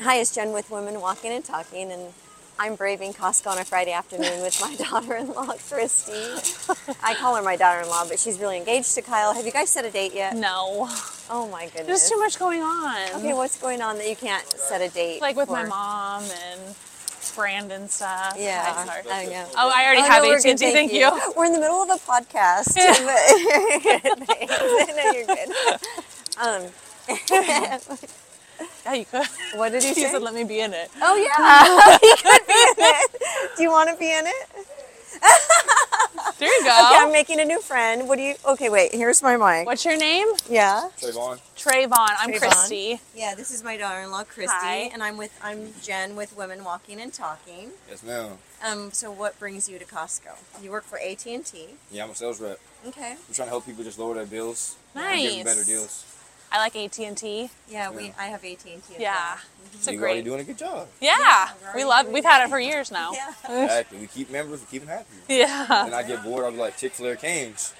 Hi, it's Jen with Women Walking and Talking, and I'm braving Costco on a Friday afternoon with my daughter-in-law, Christy. I call her my daughter-in-law, but she's really engaged to Kyle. Have you guys set a date yet? No, Oh my goodness. there's too much going on. Okay, what's going on that you can't set a date? like with my for? mom and Brandon stuff. Yeah, Hi, sorry. I know. Oh, I already Oh, have no, we're HNT. good, Thank, you. We're in the middle of a podcast. but- Thanks. no, you're good. Um, Yeah, you could. What did you She say? said, "Let me be in it." Oh yeah, you could be in it. Do you want to be in it? Okay, There you go. I'm making a new friend. What do you? Okay, wait. Here's my mic. What's your name? Yeah. Trayvon. Trayvon. I'm Trayvon. Christy. Yeah, this is my daughter-in-law, Christy, Hi. and I'm with I'm Jen with Women Walking and Talking. Yes, ma'am. Um, so what brings you to Costco? You work for AT and T. Yeah, I'm a sales rep. Okay. I'm trying to help people just lower their bills. and Give them Nice. better deals. I like AT and T. Yeah, we I have AT and T. Yeah, it's a You're great. already doing a good job. yeah, we're we already love. doing We've it. had it for years now. Yeah. Exactly. We keep members. We keep them happy. Yeah. And I get bored. I'll be like Chick Fil A Canes.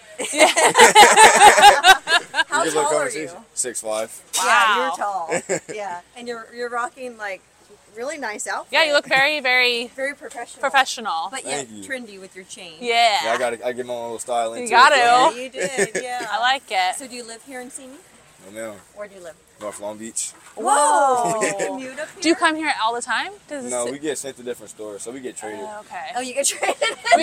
How Good little tall are you? conversation. Six five. Yeah, you're Wow. tall. yeah, and you're you're rocking like really nice outfit. Yeah, you look very, very very professional. professional. but yet Thank you. trendy with your chain. yeah. Yeah, I got. I get my own little style into You it. gotta. Yeah, Yeah. you did. Yeah, I like it. So do you live here in Simi, No, ma'am. or do you live? North Long Beach. Whoa! Whoa. Commute up Do here? you come here all the time? Does No, we get sent to different stores, so we get traded. Oh, okay. Oh, you get traded.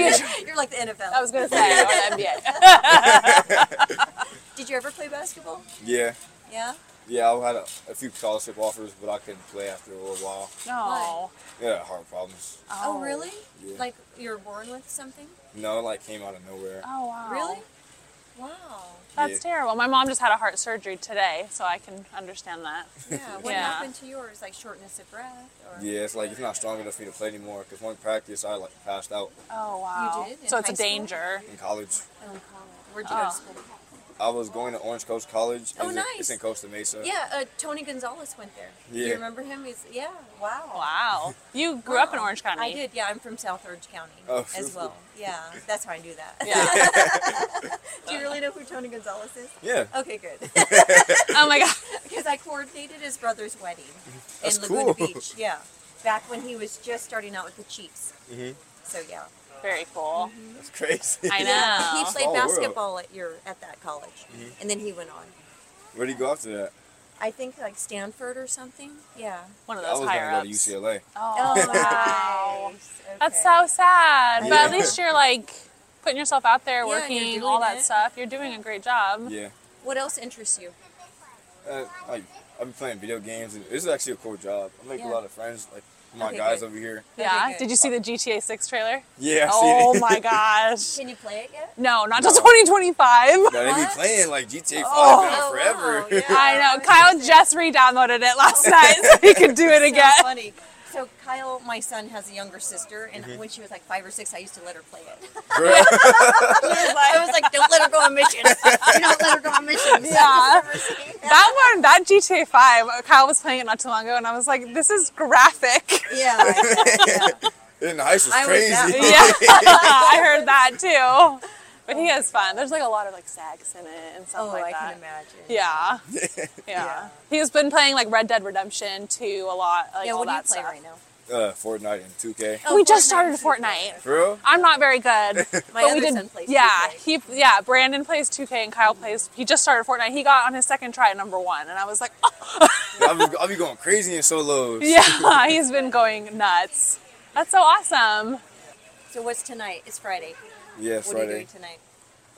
You're like the NFL. I was gonna say or NBA. Did you ever play basketball? Yeah. Yeah. Yeah, I had a, a few scholarship offers, but I couldn't play after a little while. No. Yeah, heart problems. Oh, really? Yeah. Like you were born with something? No, it, like came out of nowhere. Oh wow. Really? Wow. That's Yeah. terrible. My mom just had a heart surgery today, so I can understand that. Yeah. What Yeah. happened to yours? Like shortness of breath, or Yeah, it's like it's not strong enough for me to play anymore. Cause one practice, I like passed out Oh wow. did in so it's a high school? danger. in college. Oh, college. Where'd you go Oh. to school? I was going to Orange Coast College. Oh, It's- nice. It's in Costa Mesa. Yeah, uh, Tony Gonzalez went there. Do you Yeah. remember him? He's yeah. Wow. Wow. You grew up in Wow. Orange County. I did. Yeah, I'm from South Orange County Oh. as well. Yeah, that's how I knew that. Yeah. Do you really know who Tony Gonzalez is? Yeah. Okay, good. oh my god. Because I coordinated his brother's wedding Mm-hmm. That's in Laguna cool. Beach. Yeah, back when he was just starting out with the Chiefs. Mhm. So yeah, Very cool. Mm-hmm. That's crazy. I know. yeah. He Wow. played Small world. Mm-hmm. basketball at your at that college, and then he went on. Where'd you go after that? I think like Stanford or something. Yeah. One of I was those higher gonna go ups. to UCLA. Oh, wow. nice. That's Okay. so sad. But at Yeah. least you're like putting yourself out there, Yeah, and you're working, doing all that it. stuff. You're doing a great job. Yeah. What else interests you? Uh, like I've been playing video games, and this is actually a cool job. I make Yeah. a lot of friends. Like my Okay, guys good. over here. Yeah. Okay, good. Did you see the GTA 6 trailer? Yeah. I oh seen it. my gosh. Can you play it yet? No, not till No. 2025. No, they be What? playing like GTA 5 Oh. now forever. wow, yeah. I know. That's Kyle interesting. just re-downloaded it last night, so he could do it so again. funny. So Kyle, my son, has a younger sister, and Mm-hmm. when she was like five or six, I used to let her play it. Bruh. I was like, don't let her go on missions. You don't let her go on missions. Yeah. Yeah. That one, that GTA 5, Kyle was playing it not too long ago, and I was like, this is graphic. Yeah, I know, yeah. and the heist was I was crazy. that Yeah, I heard that too. But he has fun. There's like a lot of like sex in it and stuff Oh, like I that. can imagine. Yeah. yeah, He's been playing like Red Dead Redemption 2 a lot. Like Yeah, all what do you that play stuff. right now? uh, Fortnite and 2K. Oh, we Fortnite. just started Fortnite. For real? I'm not very good. My but other we did, son plays yeah, 2K. he, yeah. Brandon plays 2K and Kyle plays. He just started Fortnite. He got on his second try at number one, and I was like, oh, I'll be, I'll be going crazy in solos. yeah, he's been going nuts. That's so awesome. So what's tonight? It's Friday. Yeah, What are you doing Friday. tonight?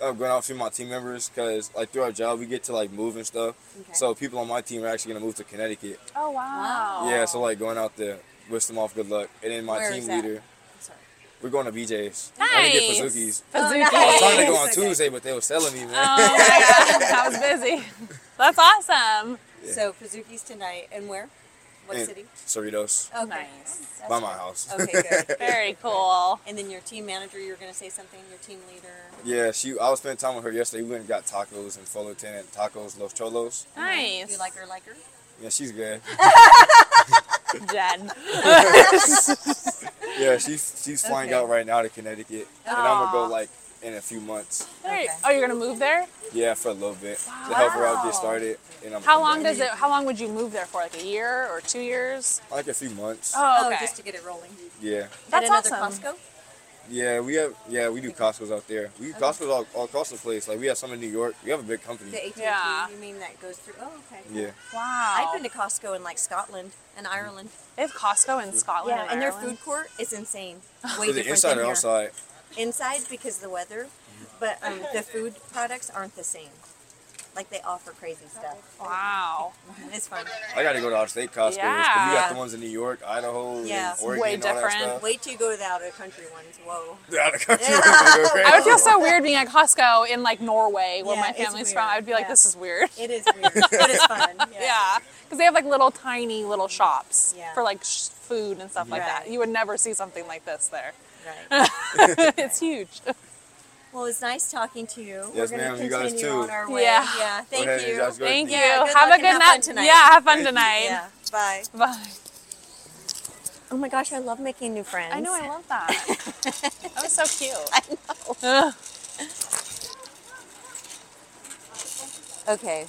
I'm going out to see my team members because, like, through our job, we get to, like, move and stuff. Okay. So people on my team are actually going to move to Connecticut. Oh wow. Yeah, so, like, going out there, wish them off good luck. And then my Where team is that? leader, I'm sorry. Oh, we're going to BJ's. I'm gonna get Nice. Pazookies. Bazooki. I was trying to go on Nice. Tuesday, but they were selling me, man. Oh Uh, my gosh, I was busy. That's awesome. So Kazuki's tonight, and where? What And city? Oh. Cerritos, Okay. Nice. That's by my good. house. Okay, good. Very cool. And then your team manager, you're going to say something. Your team leader. Yeah, she. I was spending time with her yesterday. We went and got tacos in Fullerton and tacos Los Cholos. Nice. Do you like her? Like her? Yeah, she's good. Jen. Yeah, she's she's flying Okay. out right now to Connecticut, and I'm gonna Aw. go like in a few months. There you- Okay. Oh, you're gonna move there? Yeah, for a little bit to help her out get Wow. started. And I'm How I'm long back. does it? How long would you move there for? Like a year or two years? Like a few months. Oh, Oh, okay. just to get it rolling. Yeah, At That's another awesome. Costco? yeah. We have yeah. We do Costco's out there. We do Costco's all, all across the place. Like we have some in New York. We have a big company. The AT&T, Yeah. you mean that goes through? Oh, okay. Yeah. Wow. I've been to Costco in like Scotland and Ireland. They have Costco in Oh, Scotland Yeah, and, and their Ireland. food court is insane. Way Is it different inside than or here. outside? Inside because the weather, but um, the food products aren't the same. Like they offer crazy stuff. Wow. It's fun. I gotta go to our state Costco's. 'cause We Yeah. got the ones in New York, Idaho, Yeah. and Oregon, Way and all that different. stuff. Wait till you go to the out of country ones. Whoa. They're out of country. Yeah. They go crazy. I would feel so weird being at Costco in like Norway, where Yeah, my it's family's weird. from. I'd be like, Yeah. this is weird. It is weird, but it's fun. Yeah, because they have like little tiny little shops Yeah. for like sh- food and stuff like that. Right. You would never see something like this there. Right. it's huge. Well, it's nice talking to you. Yes, We're gonna ma'am, you guys continue too. on our way. Yeah. Yeah. Thank ahead, you you. guys go. Good. Thank you. Yeah, good luck have a and good have night. fun tonight. Yeah, have fun Thank you. tonight. Yeah. Bye. Bye. Oh my gosh, I love making new friends. I know. I love that. that was so cute. Okay.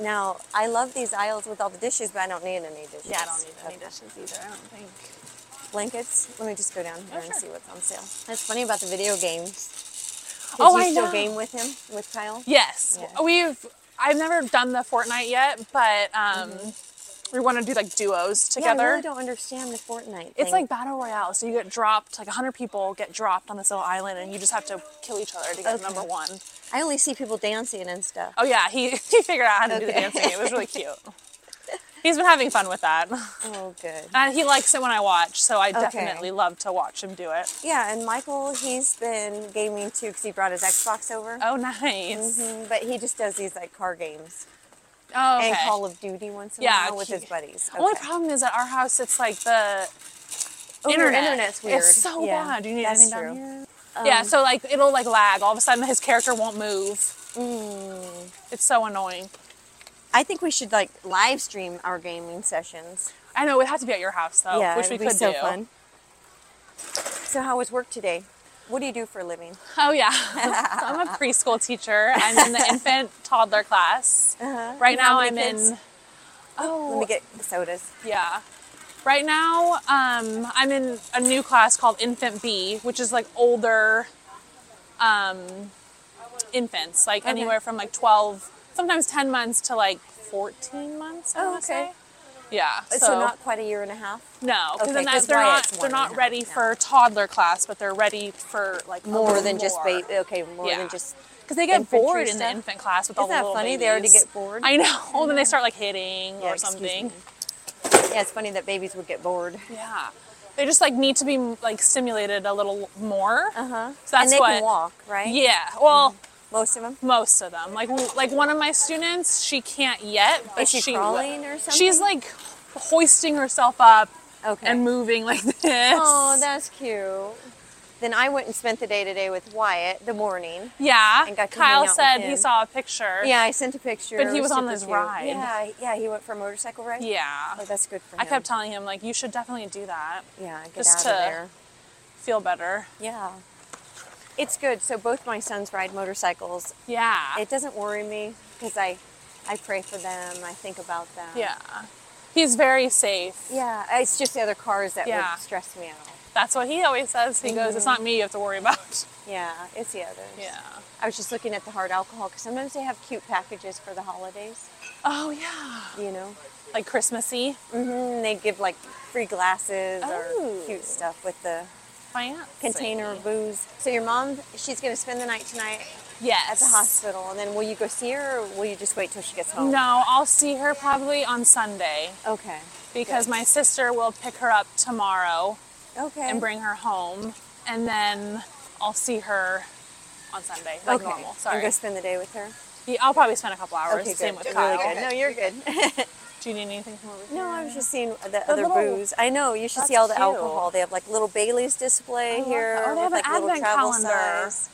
Now, I love these aisles with all the dishes, but I don't need any dishes. Yeah, I don't need any Okay. dishes either. I don't think. Blankets. Let me just go down here Oh, and sure. see what's on sale. That's funny about the video games. Did Oh, you I still know. game with him, with Kyle? Yes, Yeah. we've. I've never done the Fortnite yet, but um, we want to do like duos together. Yeah, I really don't understand the Fortnite thing. It's like battle royale. So you get dropped, like 100 people get dropped on this little island, and you just have to kill each other to get Okay. number one. I only see people dancing and stuff. Oh yeah, he he figured out how to do the Okay. dancing. It was really cute. He's been having fun with that, Oh, good. and he likes it when I watch. So I definitely love to watch him do it. Yeah, and Michael, he's been gaming too because he brought his Xbox over. Oh nice. Mhm, But he just does these like car games Oh okay. and Call of Duty once in Yeah, a while with he- his buddies. The only Okay. problem is at our house, it's like the Oh, your internet. internet's weird. It's so Yeah, bad. Do you need that's anything true. down here? yeah, so like it'll like lag. All of a sudden, his character won't move. Mm. It's so annoying. I think we should like live stream our gaming sessions. I know it would have to be at your house though, yeah, which we it'd could be so do. fun. So how was work today? What do you do for a living? Oh yeah, I'm a preschool teacher. I'm in the infant toddler class. Right now, Uh-huh. How I'm many kids? in. Oh, Let me get sodas. yeah. Right now, um, I'm in a new class called Infant B, which is like older um, infants, like anywhere from like 12, sometimes 10 months to like 14 months. I Oh, wanna okay. Uh, say. Yeah. So, not quite a year and a half. No, because Okay, then 'cause that, they're not Wyatt's they're one not now, ready yeah. for toddler class, but they're ready for like a More little than just more. baby. Okay, more Yeah. than just. Because they get infantry bored in the stuff. infant class with all Isn't the that little funny? They already babies. get bored. I know. And then they start like hitting Yeah, or excuse something. me. Yeah, it's funny that babies would get bored. Yeah. They just like need to be like stimulated a little more. Uh huh. So that's Uh-huh. and they what. can walk, right? Yeah. Well, Most of them. most of them. Like w- like one of my students, she can't yet, but Is she will. crawling or something? She's like hoisting herself up Okay. and moving like this. oh, that's cute. Then I went and spent the day today with Wyatt the morning. yeah. and got to hang out Kyle with said he him. saw a picture. Yeah, I sent a picture. But he It was on super his cute. ride. Yeah, yeah, he went for a motorcycle ride. Yeah. Oh, that's good for him. I kept telling him like you should definitely do that. Yeah, get just out to- of there. Feel better. Yeah. It's good. So both my sons ride motorcycles. Yeah. It doesn't worry me because I, I pray for them. I think about them. Yeah. He's very safe. Yeah. It's just the other cars that Yeah. would stress me out. That's what he always says. He goes, Mm-hmm. It's not me you have to worry about. Yeah. It's the others. Yeah. I was just looking at the hard alcohol because sometimes they have cute packages for the holidays. Oh, yeah. You know, Like Christmassy. and they give like free glasses Oh. or cute stuff with the Fancy. container of booze. So your mom, she's going to spend the night tonight Yes. at the hospital, and then will you go see her, or will you just wait till she gets home? No, I'll see her probably on Sunday Okay. because my sister will pick her up tomorrow Okay. and bring her home. And then I'll see her on Sunday. Like normal. And Sorry. go spend the day with her. Yeah, I'll probably spend a couple hours. okay. Same good. with Kyle. really good. No, you're good. Do you need anything from over here? no, I was just seeing the other little- booze. I know you should see That's all the cute. alcohol. They have like little Bailey's display like here. that. Oh, they with, have an like, little advent travel calendar. Size.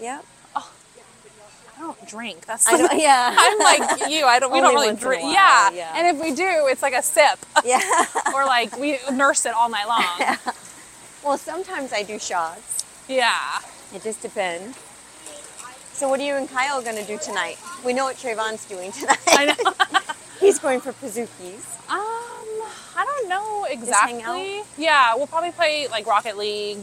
Yep. I don't drink. That's I don't, yeah. I'm like you. I don't. We don't Only really once in a drink. while, Yeah. yeah. And if we do, it's like a sip, yeah. or like we nurse it all night long. Well, sometimes I do shots. Yeah. It just depends. So what are you and Kyle gonna do tonight? We know what Trayvon's doing tonight. I know. He's going for Pazookies. Um, I don't know exactly. hang out? Yeah, we'll probably play like Rocket League,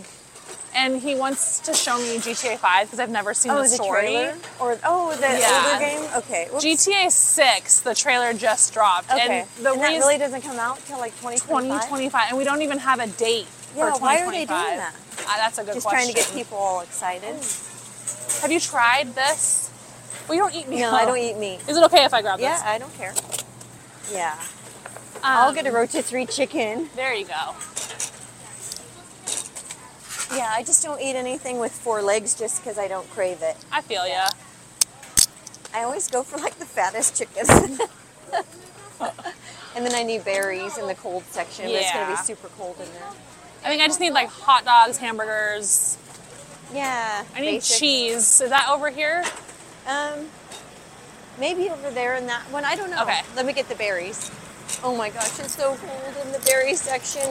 and he wants to show me GTA Five because I've never seen Oh, the story. Or oh the Yeah. older game? Okay. whoops. GTA Six, the trailer just dropped, okay. and the that reas- really doesn't come out till like 2025? 2025, and we don't even have a date. Yeah, for 2025. why are they doing that? Uh, that's a good Just question. trying to get people all excited. Have you tried this? Well, you don't eat meat. No, I don't eat meat. Is it okay if I grab Yeah, this? I don't care. Yeah. Um, I'll get a rotisserie chicken. There you go. Yeah, I just don't eat anything with four legs just because I don't crave it. I feel ya. I always go for like the fattest chickens. and then I need berries in the cold section. But it's going to Yeah. be super cold in there. I think I just need like hot dogs, hamburgers. Yeah. I need basic. cheese. Is that over here? Um, maybe over there in that one. I don't know. Okay. Let me get the berries. Oh my gosh, it's so cold in the berry section.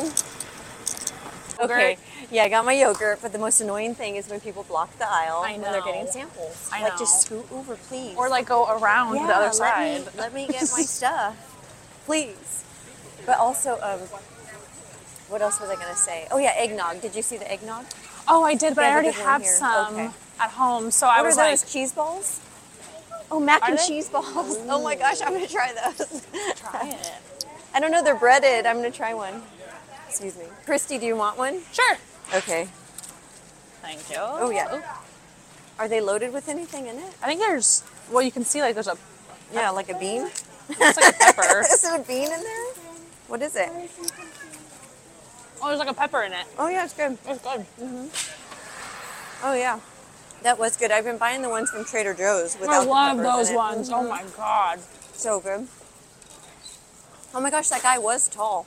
Okay. Yogurt. Yeah, I got my yogurt, but the most annoying thing is when people block the aisle I when they're know. getting samples. I like, know. just scoot over, please. Or like go around yeah, the other let side. Me, let me get my stuff, please. But also, um, what else was I gonna say? Oh yeah, eggnog. Did you see the eggnog? Oh, I did, but They I have a already good one have here. some Okay. at home, so I what was are like, those cheese balls? Oh, mac Are and they? cheese balls. Oh my gosh, I'm gonna try those. try it. I don't know, they're breaded. I'm gonna try one. Excuse me, Christy. Do you want one? Sure. Okay. Thank you. Oh yeah. Are they loaded with anything in it? I think there's. Well, you can see like there's a. Yeah, like a bean. It's like a pepper. is it a bean in there? What is it? oh, there's like a pepper in it. Oh yeah, it's good. It's good. Oh yeah, that was good. I've been buying the ones from Trader Joe's without I the love peppers in those it. ones. Oh my god. So good. Oh my gosh, that guy was tall.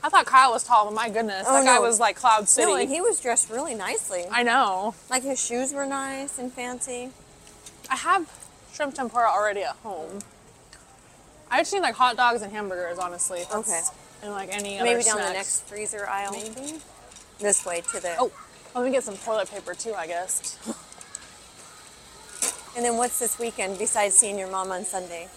I thought Kyle was tall, but my goodness, Oh, that guy no. was like Cloud City. No, and he was dressed really nicely. I know. Like his shoes were nice and fancy. I have shrimp tempura already at home. I just need like hot dogs and hamburgers, honestly. That's- Okay. And like any other Maybe down the snacks. next freezer aisle. Oh, Maybe. This way to the. Oh, let me get some toilet paper too. I guess. And then what's this weekend besides seeing your mom on Sunday?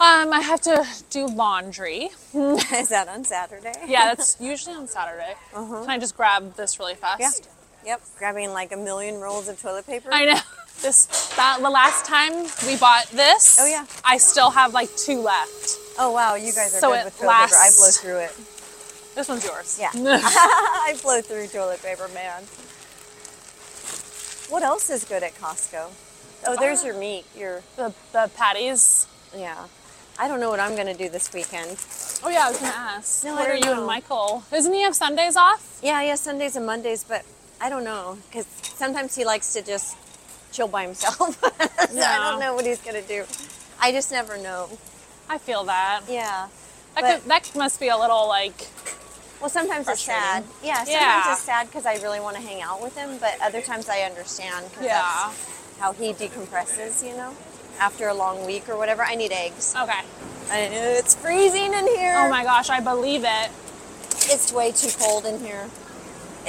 Um, I have to do laundry. Is that on Saturday? Yeah, that's usually on Saturday. Can I just grab this really fast? Uh-huh. Yeah. Yep. Grabbing like a million rolls of toilet paper. I know. This that the last time we bought this. Oh, yeah. I still have like two left. Oh wow, you guys are So good it with toilet paper. I blow lasts- through it. This one's yours. Yeah. I blow through toilet paper, man. What else is good at Costco? Oh, there's Uh, your meat. Your the the patties. yeah. I don't know what I'm gonna do this weekend. Oh yeah, I was gonna ask. No, I what are don't you and know. Michael? Doesn't he have Sundays off? Yeah, yeah, Sundays and Mondays, but I don't know because sometimes he likes to just chill by himself. so I Yeah. don't know what he's gonna do. I just never know. I feel that. Yeah. but- That, could, that must be a little like Well, sometimes it's sad. Frustrating. Yeah, sometimes Yeah. it's sad because I really want to hang out with him, but other times I understand because yeah. that's how he decompresses, you know, after a long week or whatever. I need eggs. Okay. I know it's freezing in here. Oh my gosh, I believe it. It's way too cold in here.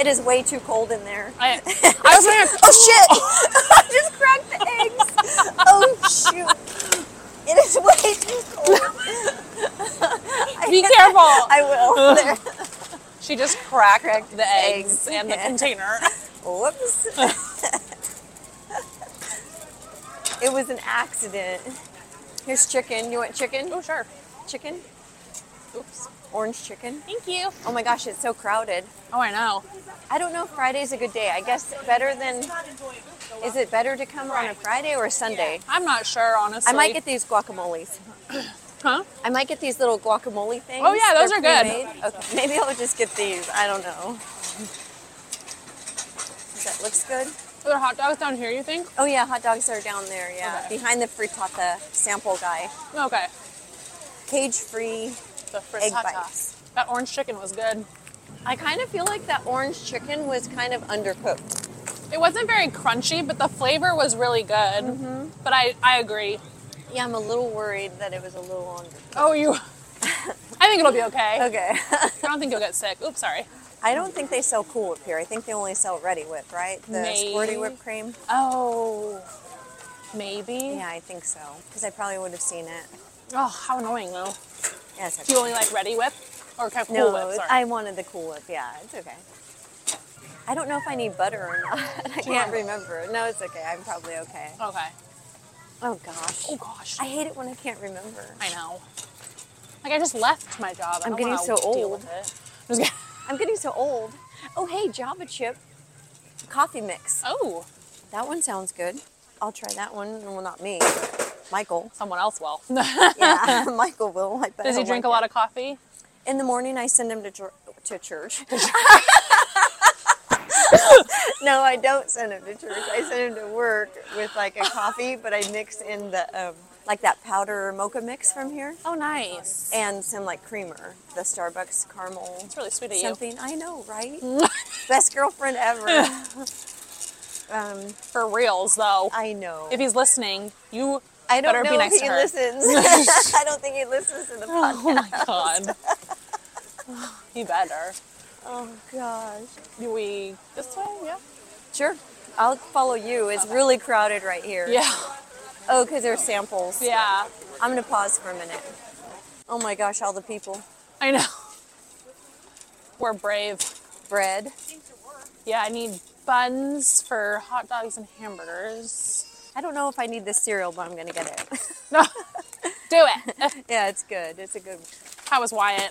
It is way too cold in there. I, I was wearing a- Oh shit! I just cracked the eggs. Oh shoot! It is way too cold. Be careful. I will. There. She just cracked, Cracked the eggs eggs. and the container. Whoops. it was an accident. Here's chicken. You want chicken? Oh sure. Chicken? Oops. Orange chicken? Thank you. Oh my gosh, it's so crowded. Oh I know. I don't know if Friday's a good day. I guess better than. Is it better to come on a Friday or a Sunday? I'm not sure honestly. I might get these guacamoles. huh? I might get these little guacamole things. Oh, yeah, those They're are good. pre-made. Okay, maybe I'll just get these. I don't know. That looks good. Are there hot dogs down here, you think? Oh yeah, hot dogs are down there. Yeah, Okay. behind the frittata sample guy, Okay. cage-free The frittata. egg bites. That orange chicken was good. I kind of feel like that orange chicken was kind of undercooked. It wasn't very crunchy, but the flavor was really good. Mm-hmm. But I, I agree. Yeah, I'm a little worried that it was a little undercooked. Oh, you. I think it'll be okay. Okay. I don't think you'll get sick. Oops, sorry. I don't think they sell Cool Whip here. I think they only sell Ready Whip, right? The May- squirty whipped cream. Oh, maybe. Yeah, I think so. Because I probably would have seen it. Oh, how annoying though. Yeah, it's Do okay. you only like Ready Whip or kind of Cool no, Whip? Sorry. I wanted the Cool Whip. Yeah, it's okay. I don't know if I need butter or not. I can't remember. No, it's okay. I'm probably okay. okay. Oh gosh. Oh gosh. I hate it when I can't remember. I know. Like I just left my job. I I'm don't getting wanna so deal old. with it. I'm just kidding. I'm getting so old. Oh hey, Java chip coffee mix. Oh, That one sounds good. I'll try that one. Well, not me. Michael. someone else will. Yeah, Michael will. I bet Does he he'll drink like a lot it. of coffee? In the morning, I send him to chur- to church. no, I don't send him to church. I send him to work with like a coffee, but I mix in the um, like that powder mocha mix from here Oh, nice. and some like creamer, the Starbucks caramel It's really sweet of you. something. I know, right? Best girlfriend ever. um, For reals though, I know. if he's listening, you I don't better know be nice if to he her. listens. I don't think he listens to the podcast. Oh my god. you better. Oh gosh. Do we this way? Yeah. Sure. I'll follow you. It's really crowded right here. Yeah. Oh, because there's samples. Yeah. I'm gonna pause for a minute. Oh my gosh, all the people. I know. We're brave. Bread. Yeah, I need buns for hot dogs and hamburgers. I don't know if I need this cereal, but I'm gonna get it. No. Do it. yeah, it's good. It's a good. How was Wyatt?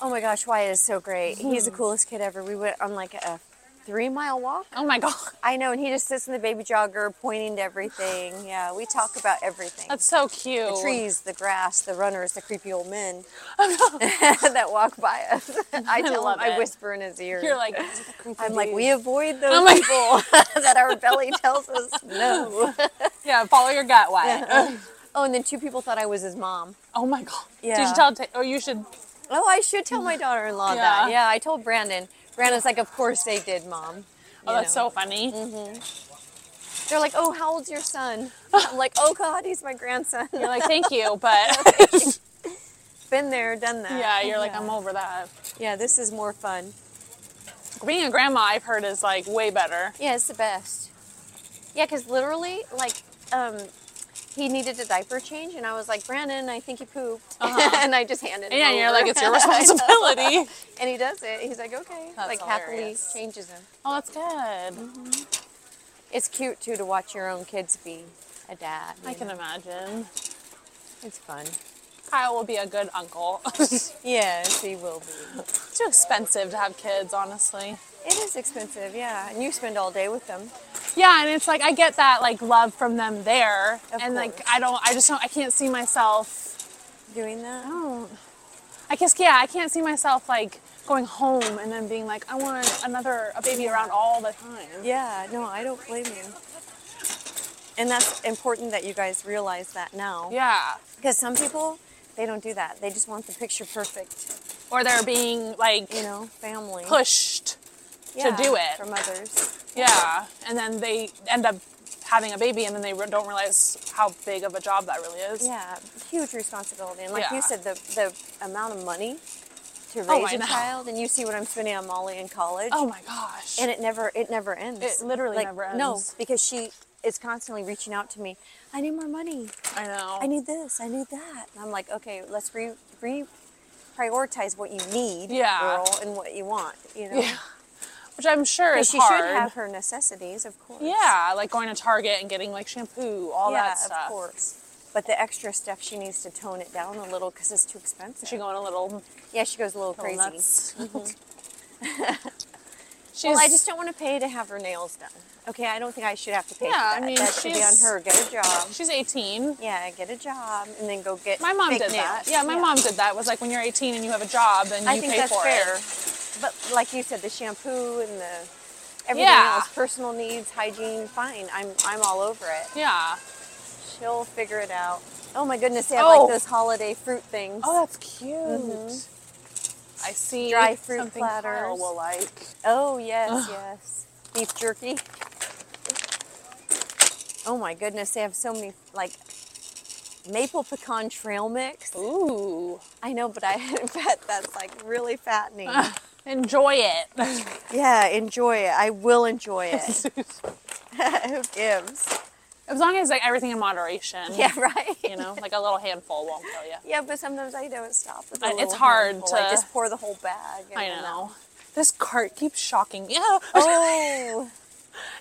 Oh my gosh, Wyatt is so great. He's Hmm. the coolest kid ever. We went on like a three mile walk. Oh my god. I know, and he just sits in the baby jogger, pointing to everything. Yeah, we talk about everything. That's so cute. the trees, the grass, the runners, the creepy old men that walk by us. I tell him, love I it. whisper in his ear. You're like, "These are the creepy I'm like, dudes." we avoid those Oh my- people that our belly tells us no. yeah, follow your gut, Wyatt. Oh, and then two people thought I was his mom. Oh my god. Did Yeah. you tell? Ta- oh, you should. Oh, I should tell my daughter-in-law Yeah. that. Yeah, I told Brandon. Brandon's like, of course they did, mom. Oh, You that's know. so funny. Mm-hmm. They're like, oh, how old's your son? I'm like, oh God, he's my grandson. You're like, thank you, but Been there, done that. yeah, you're like, I'm over that. Yeah, this is more fun. Being a grandma, I've heard, is like way better. Yeah, it's the best. Yeah, because literally, like, um, he needed a diaper change, and I was like, Brandon, I think he pooped, and I just handed it Yeah, Uh-huh. and you're like, over. it's your responsibility. and he does it. He's like, okay, That's like hilarious. happily changes him. oh, that's good. It's cute too to watch your own kids be a dad. I can imagine. Mm-hmm. It's fun. Kyle will be a good uncle. it's Yes, he will be. too expensive to have kids, honestly. It is expensive, yeah, and you spend all day with them. Yeah, and it's like I get that like love from them there, Of and like course. I don't, I just don't, I can't see myself. Doing that? Oh, I guess yeah, I can't see myself like going home and then being like, I want another a baby around all the time. Yeah, no, I don't blame you. And that's important that you guys realize that now. Yeah. Because some people, they don't do that. They just want the picture perfect, Or they're being like you know, family. pushed. Yeah, do it. From others. Yeah, and then they end up having a baby, and then they re- don't realize how big of a job that really is. Yeah, huge responsibility. And like Yeah. you said, the, the amount of money to Oh, raise I a know. child, and you see what I'm spending on Molly in college. Oh my gosh. And it never, it never ends. It literally Like, never No, ends. because she is constantly reaching out to me. I need more money. I know. I need this. I need that. And I'm like, okay, let's re re prioritize what you need, Yeah. girl, and what you want. You know, Yeah. Which I'm sure is she hard. should have her necessities, of course. Yeah, like going to Target and getting like shampoo, all yeah, that stuff. of course. But the extra stuff, she needs to tone it down a little because it's too expensive. Is She going a little, yeah, she goes a little little crazy. nuts. she's. Well, I just don't want to pay to have her nails done. Okay, I don't think I should have to pay Yeah, for that. I mean, that should be on she's- her. Get a job. She's 18. Yeah, get a job and then go get My mom fake did that. nails. Yeah, my mom did that. Was like when you're 18 and you have a job, then you I think pay that's for fair. it. But like you said, the shampoo and the everything Yeah. else, personal needs, hygiene, fine. I'm I'm all over it. Yeah. She'll figure it out. Oh my goodness, they have Oh. like those holiday fruit things. Oh, that's cute. Mm-hmm. I see. Dry fruit something platters. Kyle will like. Oh yes, yes. Beef jerky. Oh my goodness, they have so many like maple pecan trail mix. Ooh. I know, but I bet that's like really fattening. Enjoy it. yeah, enjoy it. I will enjoy it. Who gives? as long as like everything in moderation. Yeah, right. You know, like a little handful won't kill you. Yeah, but sometimes I don't stop. With a I- it's little hard handful. I to- just pour the whole bag. and I I'm know. out. This cart keeps shocking me. Oh,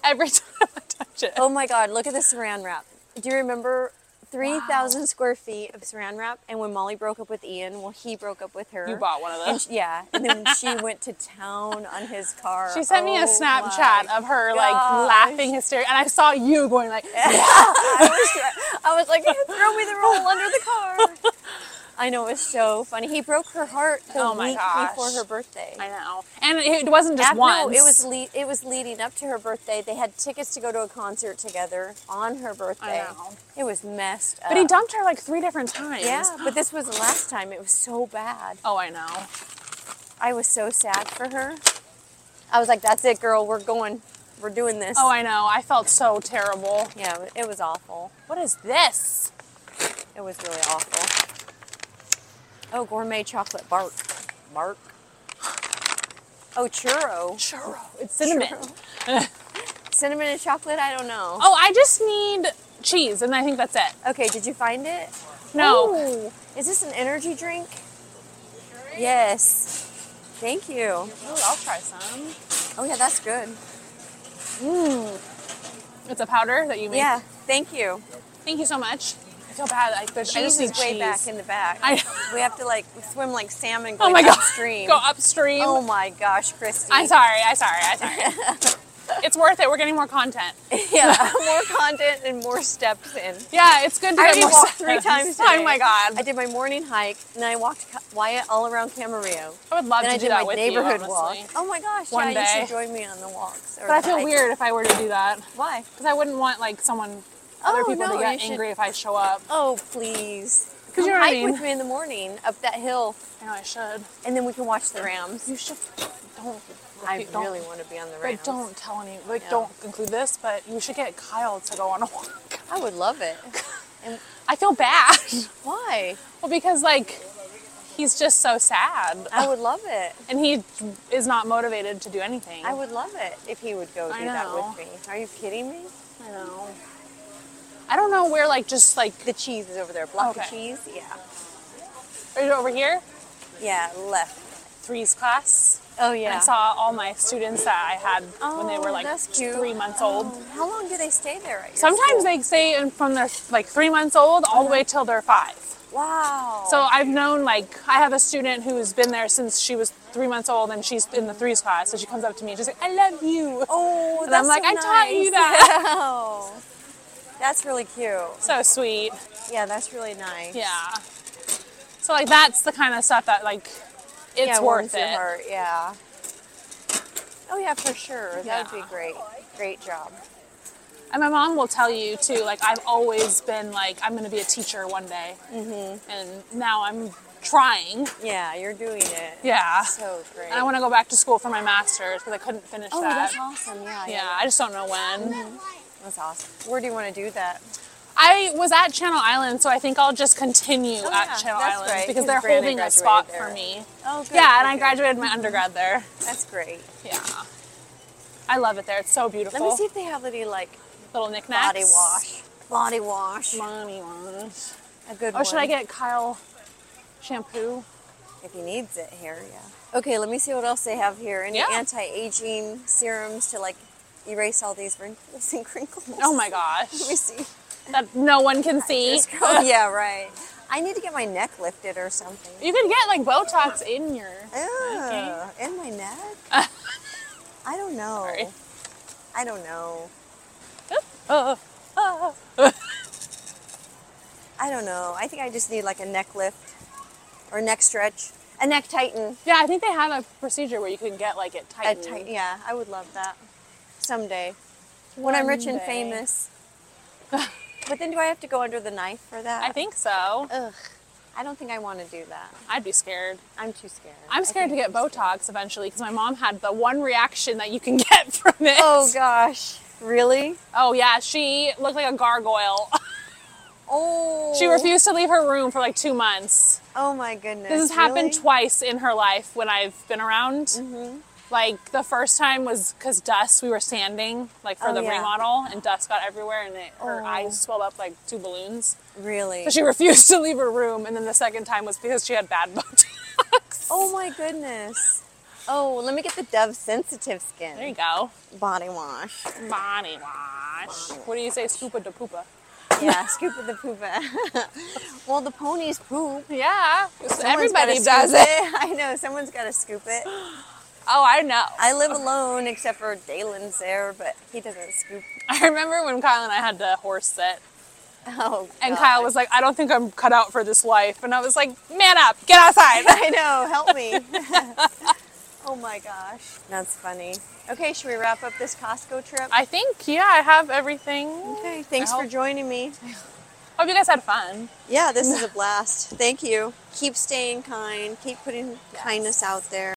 Every time I touch it. oh my God! Look at the saran wrap. Do you remember? 3,000 square feet of saran wrap. And when Molly broke up with Ian, well, he broke up with her. You bought one of And those. she, yeah, and then she went to town on his car. She sent me a Oh Snapchat my- of her like gosh. laughing hysteria, and I saw you going like, I was, I was like, throw me the roll under the car. I know it was so funny. He broke her heart the Oh my week gosh. before her birthday. I know. And it wasn't just Ab- once. No, it was le- it was leading up to her birthday. They had tickets to go to a concert together on her birthday. know. It was messed up. But he dumped her like three different times. Yeah, but this was the last time. It was so bad. Oh, I know. I was so sad for her. I was like, "That's it, girl. We're going. We're doing this." Oh, I know. I felt so terrible. yeah, it was awful. What is this? It was really awful. Oh, gourmet chocolate bark. Bark. Oh, churro. Churro. It's cinnamon. Cinnamon and chocolate? I don't know. Oh, I just need cheese, and I think that's it. Okay, did you find it? No. Ooh, is this an energy drink? Yes. Thank you. Ooh, I'll try some. Oh, yeah, that's good. It's a powder that you make. Yeah, thank you. Thank you so much. I feel bad. I, there's- I Cheese just is need way cheese. back in the back. I- we have to like swim like salmon oh going my god. upstream. Go upstream. Oh my gosh, Christy. I'm sorry. I'm sorry. I'm sorry. it's worth it. We're getting more content. yeah, more content and more steps in. Yeah, it's good to I already get more walked three steps. times. Oh today. my god. I did my morning hike, and I walked Ca- Wyatt all around Camarillo. I would love Then to I do did that my with neighborhood you, walk. honestly. Oh my gosh! One yeah, you day. should join me on the walks. or But I the feel hiking. weird if I were to do that Why? because I wouldn't want like someone, other Oh, people no, to get you should- angry if I show up. Oh please! you Come know what I hike mean. with me in the morning up that hill, I know I should. and then we can watch the rams. You should. Don't. I repeat- don't, really want to be on the rams. Like, don't tell any. Like, Yeah. don't include this. But you should get Kyle to go on a walk. I would love it. And I feel bad. why? well, because like, he's just so sad, I would love it. and he is not motivated to do anything. I would love it if he would go I do that know. with me. Are you kidding me? I know. I don't know where. Like, just like, The cheese is over there. Block Okay. of cheese. Yeah. are you over here? Yeah. Left. Threes class. Oh And yeah. I saw all my students that I had when they were Oh, like that's cute. Oh, three months old. How long do they stay there? At your Sometimes school? they stay in from their like three months old all the way till they're five. Wow. So I've known like I have a student who's been there since she was three months old, and she's in the threes class. So she comes up to me and she's like, "I love you." oh, and I'm that's like, so "I taught you nice." that." Wow. That's really cute. so sweet. Yeah, that's really nice. Yeah. So like that's the kind of stuff that like it's yeah, warms worth your it. heart, Yeah. Oh yeah, for sure. That would Yeah. be great. Great job. And my mom will tell you too. Like I've always been like I'm gonna be a teacher one day, mm-hmm. and now I'm trying. Yeah, you're doing it. Yeah. So great. And I want to go back to school for my master's because I couldn't finish oh, that. that's awesome. Mm-hmm. Yeah, yeah. Yeah, I just don't know when. That's awesome. Where do you want to do that? I was at Channel Island, so I think I'll just continue Oh, at yeah, Channel that's Island right, because 'cause they're Brandon holding a graduated spot there. for me. Oh, good. yeah, and I okay. graduated my undergrad there. That's great. Yeah. I love it there. It's so beautiful. Let me see if they have any like Little knickknacks. body wash. Body wash. Mommy wash. A good Or should I one. get Kyle shampoo? if he needs it here, yeah. Okay, let me see what else they have here. Any Yeah. anti-aging serums to like erase all these wrinkles and crinkles? Oh my gosh. Let me see. that no one can see. This girl- yeah, right. I need to get my neck lifted or something. You could get like Botox in your. Ugh, in my neck? I don't know. Sorry. I don't know. Oh, I don't know. I think I just need like a neck lift or neck stretch, a neck tighten. yeah, I think they have a procedure where you can get like it A tightened. tight, yeah, I would love that someday when I'm rich and One day. famous. but then, do I have to go under the knife for that? I think so. Ugh, I don't think I want to do that. I'd be scared. I'm too scared. I I'm scared to think get I'm too scared. Botox eventually because my mom had the one reaction that you can get from it. Oh gosh, really? Oh, yeah, she looked like a gargoyle. Oh. She refused to leave her room for like two months. Oh my goodness. This has happened really? Mm-hmm. twice in her life when I've been around. Like the first time was because dust. We were sanding like for Oh, the yeah. remodel, and dust got everywhere, and it, her Oh. eyes swelled up like two balloons. Really. So she refused to leave her room, and then the second time was because she had bad Botox. Oh my goodness. Oh, let me get the Dove Sensitive Skin There you go. body wash. Body wash. What do you say, scoopa de poopa? Yeah, scoop of the poopa. well, the ponies poop. Yeah, Someone's gotta everybody does scoop it. I know. Someone's got to scoop it. Oh, I know. I live alone except for Dalen's there, but he doesn't scoop. I remember when Kyle and I had the horse set, Oh, and God. Kyle was like, "I don't think I'm cut out for this life," and I was like, "Man up, get outside." I know. Help me. oh my gosh, that's funny. Okay, should we wrap up this Costco trip? I think, yeah, I have everything. Okay, thanks I for hope- joining me. Hope you guys had fun. Yeah, this is a blast. Thank you. Keep staying kind. Keep putting kindness out there.